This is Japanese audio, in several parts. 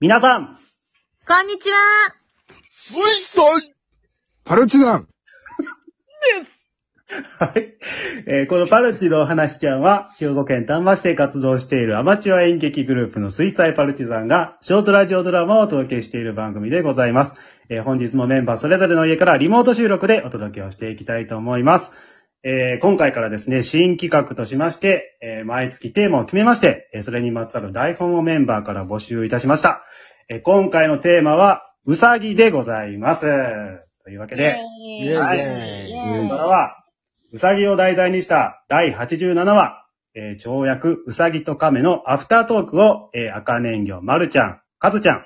皆さん、こんにちは水彩パルチザンはい。えーこのパルチの話ちゃんは、兵庫県丹波市で活動しているアマチュア演劇グループの水彩パルチザンが、ショートラジオドラマをお届けしている番組でございます。えー本日もメンバーそれぞれの家からリモート収録でお届けをしていきたいと思います。えー今回からですね、新企画としまして、えー毎月テーマを決めまして、えーそれにまつわる台本をメンバーから募集いたしました。えー今回のテーマは、うさぎでございます。というわけで、イイェイイェイはいイェイこからは、うさぎを題材にした第87話、えー、跳躍うさぎと亀のアフタートークを、えー、赤年魚まるちゃん、かずちゃん、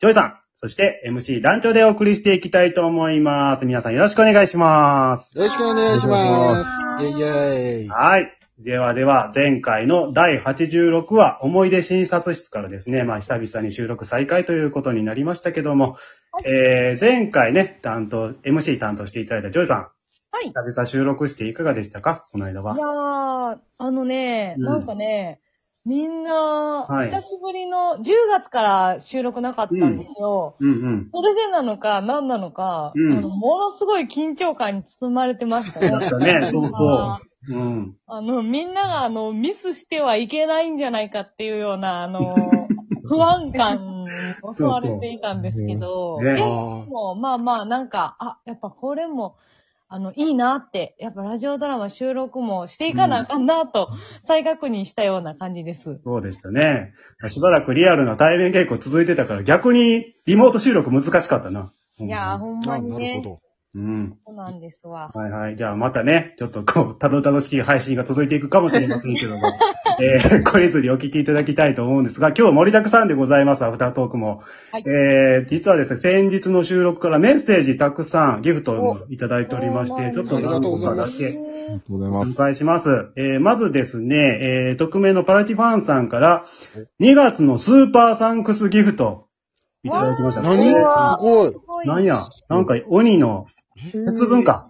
ジョイさん、そして MC 団長でお送りしていきたいと思います。皆さんよろしくお願いします。よろしくお願いします。お願イいしますェイイェイ。はい。ではでは、前回の第86話、思い出診察室からですね、まあ、久々に収録再開ということになりましたけども、えー、前回ね、担当、MC 担当していただいたジョイさん、はい久々収録していかがでしたかこの間いやは。ー、あのね、うんなんかね、みんな、はい久しぶりの、10月から収録なかったんですよ。うんうん。それでなのか、何なのか、うんあのものすごい緊張感に包まれてましたね。だったね、そうあそう。うん。あの、みんなが、あの、ミスしてはいけないんじゃないかっていうような、あの、不安感に襲われていたんですけど、そうそうねであーも、まあまあ、なんか、あ、やっぱこれも、あの、いいなって、やっぱラジオドラマ収録もしていかなあかんなと、再確認したような感じです。そうでしたね。しばらくリアルな対面稽古続いてたから、逆にリモート収録難しかったな。いやー、ほんまあ、になるほね、ど。うん。そうなんですわ。はいはい。じゃあまたね、ちょっとこう、たどたどしい配信が続いていくかもしれませんけど も、えー、これずにお聞きいただきたいと思うんですが、今日盛りだくさんでございます、アフタートークも。はいえー、実はですね、先日の収録からメッセージたくさん、ギフトもいただいておりまして、おちょっと何個かだけ。ありがとうございお願いします。えーまずですね、えー匿名のパラチファンさんから、2月のスーパーサンクスギフト、いただきました。わー何すごい。なんや、なんか鬼の節分か。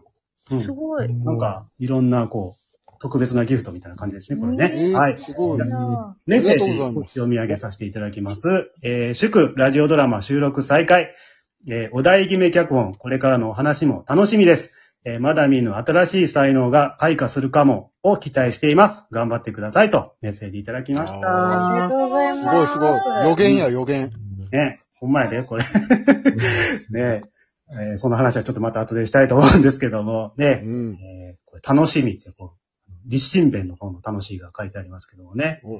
うんすごい。なんか、いろんな、こう、特別なギフトみたいな感じですね、これえね。ーはい。すごい。メッセーあジりがとうございます読み上げさせていただきます。えー祝、ラジオドラマ収録再開。えーお題決め脚本、これからのお話も楽しみです。えーまだ見ぬ新しい才能が開花するかもを期待しています。頑張ってくださいとメッセージいただきましありた。がとうございますすごいすごい。予言や予言。ね、ほんまやで、これ。 ねえーその話はちょっとまた後でしたいと思うんですけども、ね、うん。えーこれ楽しみってこう、立身弁の方の楽しいが書いてありますけどもね。おう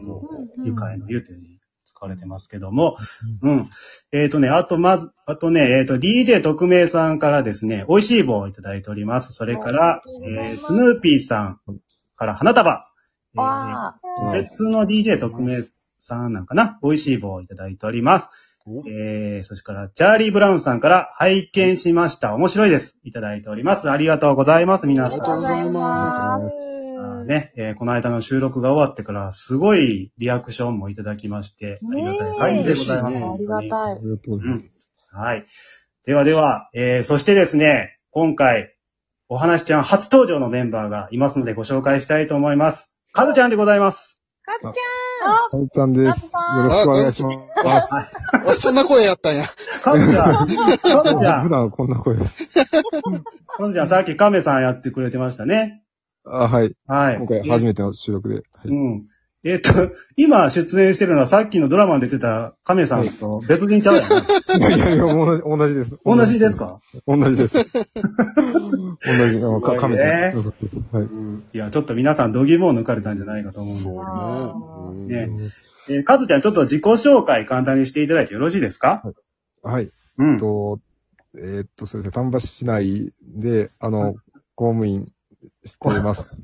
うん愉快の言うというに使われてますけども。うん。えっ、とね、あとまず、あとね、えっ、と、DJ 特命さんからですね、美味しい棒をいただいております。それからありがとう、ございえまー、すスヌーピーさんから花束。えーわ別の DJ 特命さんなんかな美味しい棒をいただいております。おえー、そしてから、チャーリー・ブラウンさんから拝見しました。面白いです。いただいております。ありがとうございます、皆あさんりが。とうございまあーね、えーこの間の収録が終わってから、すごいリアクションもいただきまして、ありがたい限りでございます。ねえありがたい。うんはい。ではでは、えーそしてですね、今回、お話ちゃん初登場のメンバーがいますのでご紹介したいと思います。かずちゃんでございます。かっちゃはいちゃんです。よろしくお願いします。あ、そんな声やったんや。かずちゃん、か ずちゃ普ん、段こんな声です。かずちゃん、さっき亀さんやってくれてましたね。あはい。はい。今回初めての収録で。はいうん。えっと、今出演してるのはさっきのドラマに出てた亀さんと別人ちゃうやん。いやいやいや、同じ同じです。同じですか同じです。同じ。ごいかねカメちゃん。よかったはい。うん。いや、ちょっと皆さん、度肝を抜かれたんじゃないかと思うんですけど。ううんねえー、かずちゃん、ちょっと自己紹介簡単にしていただいてよろしいですかはい。うえんっと、えーっと、そうですね。丹波市内で、あの、公務員して います。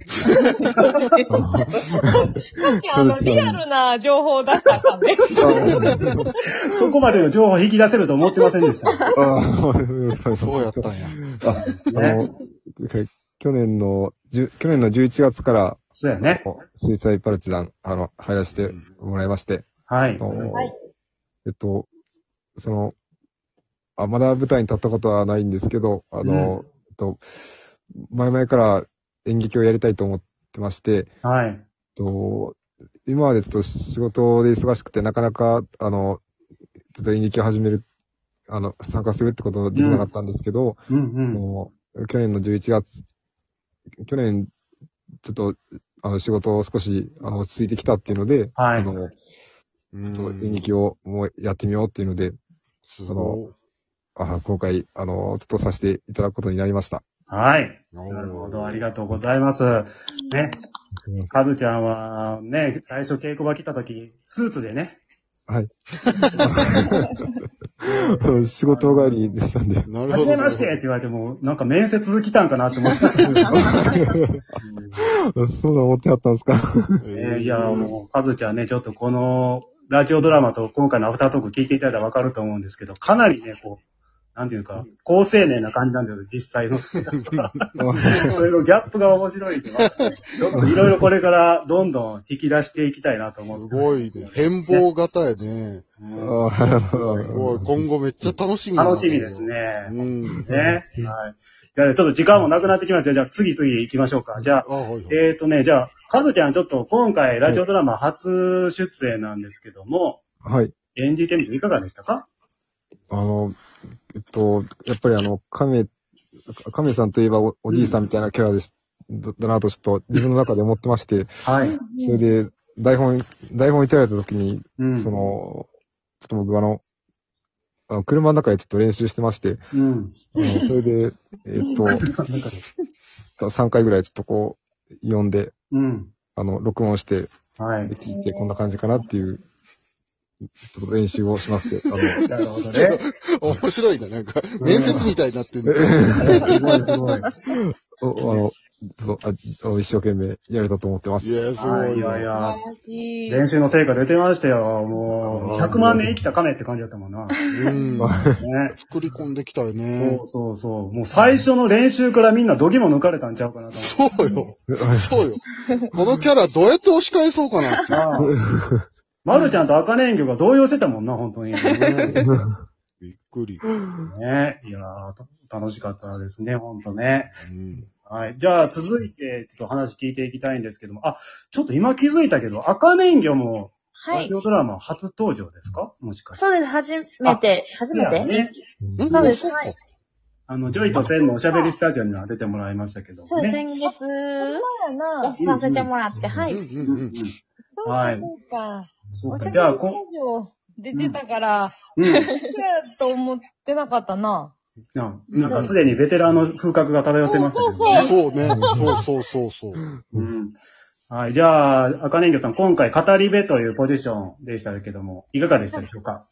さっきあの、リアルな情報だったか ね。そこまでの情報を引き出せると思ってませんで した。ああ、よろしくお願いしそうやまっすた。んや。あ、あの、去年の、じゅ去年の11月から、そうやね。水彩パルチザン、あの、入らせてもらいまして、はいあ。のはいえっと、その、あ、まだ舞台に立ったことはないんですけど、あの、えっと、前々から演劇をやりたいと思ってまして、えっはい。と、今はですと仕事で忙しくて、なかなか、あの、ちょっと演劇を始める、あの、参加するってことはできなかったんですけど、うんうん。もう去年の11月、去年、ちょっと、あの、仕事を少し、あの、落ち着いてきたっていうので、はいあの、うんちょっと演劇をもうやってみようっていうので、すごあ今回、あの、ちょっとさせていただくことになりました。はい。い。ななるほど。ありがとうございます。ね。はカズちゃんは、ね、最初稽古場来た時、スーツでね。い。 仕事帰りでしたんなで。るほど。はじめましてって言われても、なんか面接来たんかなって思ったんですけど。 そんな思ってはったんで すかえーいや、もう、カズちゃんね、ちょっとこのラジオドラマと今回のアフタートーク聞いていただいたらわかると思うんですけど、かなりね、こう、なんていうか、高青年な感じなんですよ、実際の。それのギャップが面白いけど、ちょっといろいろこれからどんどん引き出していきたいなと思って。すごいね。変貌型やね。うんすごい。あ今後めっちゃ楽しみなん楽しみですね。うん。ね。はい。じゃあ、ちょっと時間もなくなってきました。じゃあ、次々行きましょうか。じゃあ、あ、はいはい。えーとね、じゃあ、かずちゃんちょっと今回ラジオドラマ初出演なんですけども、はい。演じてみていかがでしたかあの、えっと、やっぱりあの、亀、亀さんといえばおおじいさんみたいなキャラでし、だだなとちょっと自分の中で思ってまして、はい。それで台本、台本いただいた時に、うん。そ、の、ちょっと僕あの、あの車の中でちょっと練習してまして、うん。あのそれで、えっと、3回ぐらいちょっとこう、読んで、うん。あの、録音して、はい。聞いてこんな感じかなっていう、ちょっと練習をしまして、あの、なるほどね。面白いね。なんか、面接みたいになってる。すごいすごい。おあの、ちょっとあの一生懸命やれたと思ってまいす。や、すごはい、い。いやいや。しい。練習の成果出てましたよ。もう、あー100万年生きた亀って感じだったもん な。ね。 うん。作り込んできたよねそ。うそうそう。もう最初の練習からみんな度肝抜かれたんちゃうかなとそうよ。そうよ。このキャラどうやって押し返そうかな。思って。まるちゃんと赤ねんぎょが動揺してたもんな、本 当に。ねびっくり。ね。いやー、と楽しかったですね、ほんとね。うんはい。じゃあ、続いて、ちょっと話聞いていきたいんですけども、あ、ちょっと今気づいたけど、赤年魚も、はラいジ。オドラマ初登場ですかもしかして。そうです。初めて。初めいやてね。うんそうです。はい。あの、ジョイとセンのおしゃべりスタジオには出てもらいましたけどそうもです。ね。先月、そうやな。させてもらって、はうい。んううんんううんん。そうそうか。そうか。私じゃあ、スタこジオ出てたから、ん、うん。そうやと思ってなかったな。ななんかすでにベテランの風格が漂ってましたけどそね。うそうね。そうそうそうそう。うん。はい。じゃあ、赤年魚さん、今回語り部というポジションでしたけども、いかがでしたでしょうか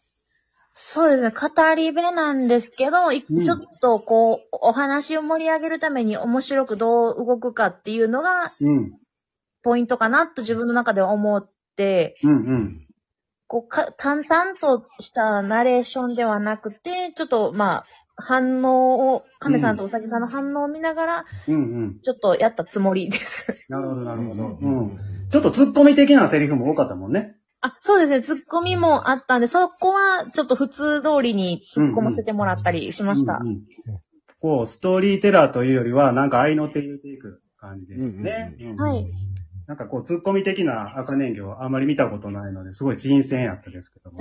そうですね。語り部なんですけど、いうんちょっとこう、お話を盛り上げるために面白くどう動くかっていうのがうん。ポイントかなと自分の中では思って、うんうん。こう、か、淡々としたナレーションではなくて、ちょっとまあ、反応を、亀さんとおさぎさんの反応を見ながら、うんうん。ちょっとやったつもりです。なるほど、なるほど。ううんん。ちょっと突っ込み的なセリフも多かったもんね。あ、そうですね。ツッコミもあったんで、そこはちょっと普通通りに突っ込ませてもらったりしました。うんうんこう、ストーリーテラーというよりは、なんか愛の手入れていく感じですね。うんはい。なんかこう、ツッコミ的な赤年魚あんまり見たことないので、すごい新鮮やったですけども。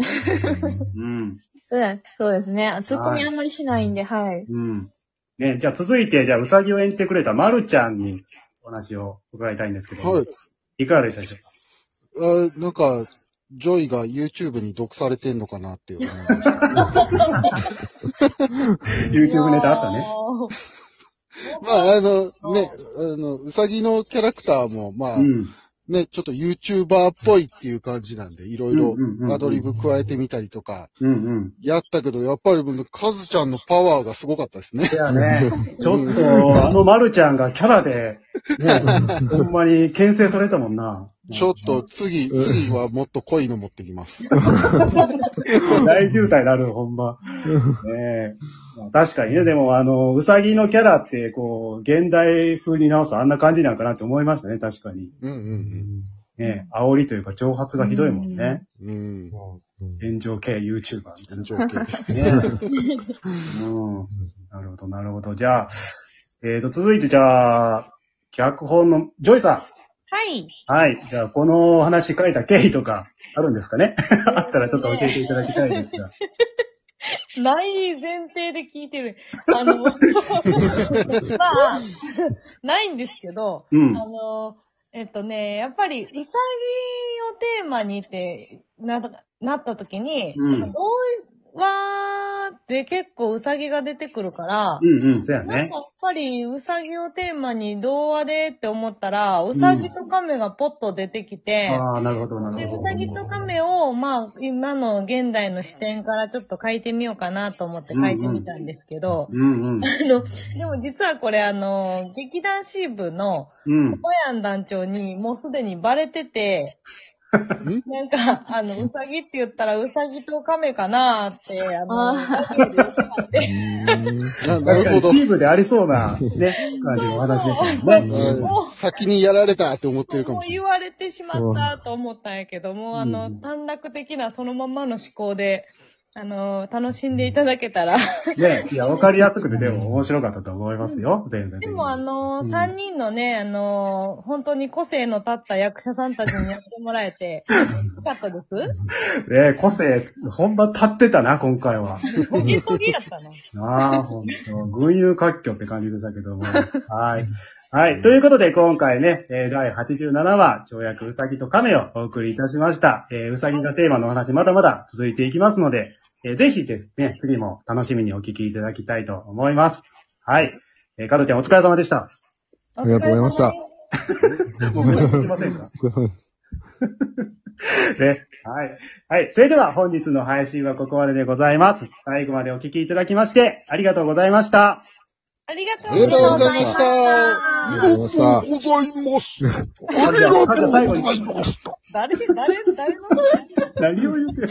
うん。うん、そうですね。ツッコミあんまりしないんで、はい。うん。ね、じゃあ続いて、じゃあうさぎを演じてくれたまるちゃんにお話を伺いたいんですけども、はい。いかがでしたでしょうかあなんか、ジョイが YouTube に毒されてんのかなっていう思いました。 ?YouTube ネタあったね。おー。まあ、あの、ね、あの、うさぎのキャラクターも、まあ、うん。ね、ちょっと YouTuber っぽいっていう感じなんで、いろいうんうんうんうんろアドリブ加えてみたりとか、うんうん。やったけど、やっぱり、カズちゃんのパワーがすごかったですね。いや ね、ちょっと、あのまるちゃんがキャラで、 ね、ほんまに牽制されたもんな。ちょっと次、次はもっと濃いの持ってきます。 大渋滞になる、ほんま。ねえ。まあ確かにね、でも、あの、うさぎのキャラって、こう、現代風に直すとあんな感じなんかなって思いましたね、確かに。うんうんねえ、煽りというか、挑発がひどいもんね。うん。うん。炎上系 YouTuber みたいな。炎上系。ね。うん。なるほど、なるほど。じゃあ、えっ、と、続いてじゃあ、脚本の、ジョイさはい。はい。じゃあ、このお話書いた経緯とか、あるんですかね あったらちょっと教えていただきたいんですが。ない前提で聞いてる。あの、 まあ、ないんですけど、うん。あの、えっとね、やっぱり、潔をテーマにってな、なった時に、うん。おいわーって結構うさぎが出てくるから、うんうん、そうやなんねか。やっぱりうさぎをテーマに童話でって思ったら、うさぎと亀がポッと出てきて、ああ、なるほど、なで、るうほさぎと亀を、まあ、今の現代の視点からちょっと書いてみようかなと思って書いてみたんですけどど。、うんうん。あの、でも実はこれあの、劇団シー部のうん。小やん団長にもうすでにバレてて、んなんか、あの、うさぎって言ったらうさぎと亀かなーって、あの、確かななるに、ほど。チームでありそうな、ね、感じのお話でしたもんね。うん先にやられたって思ってるかももうしれ言ない。われてしまったと思ったんやけども、あの、短絡的なそのままの思考で、あの、楽しんでいただけたら。ね、いや、わかりやすくて、でも面白かったと思いますよ、全然。でもあの、うん3人のね、あの、本当に個性の立った役者さんたちにやってもらえて、よかったですね、個性、本場立ってたな、今回は。ボケトゲやったな。なあ、ほんと。群雄割拠って感じでしたけども。 はい。はい。ということで、今回ね、えー第87話、跳躍うさぎと亀をお送りいたしました。えーうさぎがテーマのお話、まだまだ続いていきますので、えーぜひですね、次も楽しみにお聞きいただきたいと思います。はい。えー、加藤ちゃんお疲れ様でした。ありがとうございましおた疲れ様ですもうこれ聞きませ んかそうね。はい。はい。それでは本日の配信はここまででございます。最後までお聞きいただきまして、ありがとうございました。ありがとうあごりざがいとうごまざす。いましあた。ありがとうございます。ありがとうございます。何を言ってる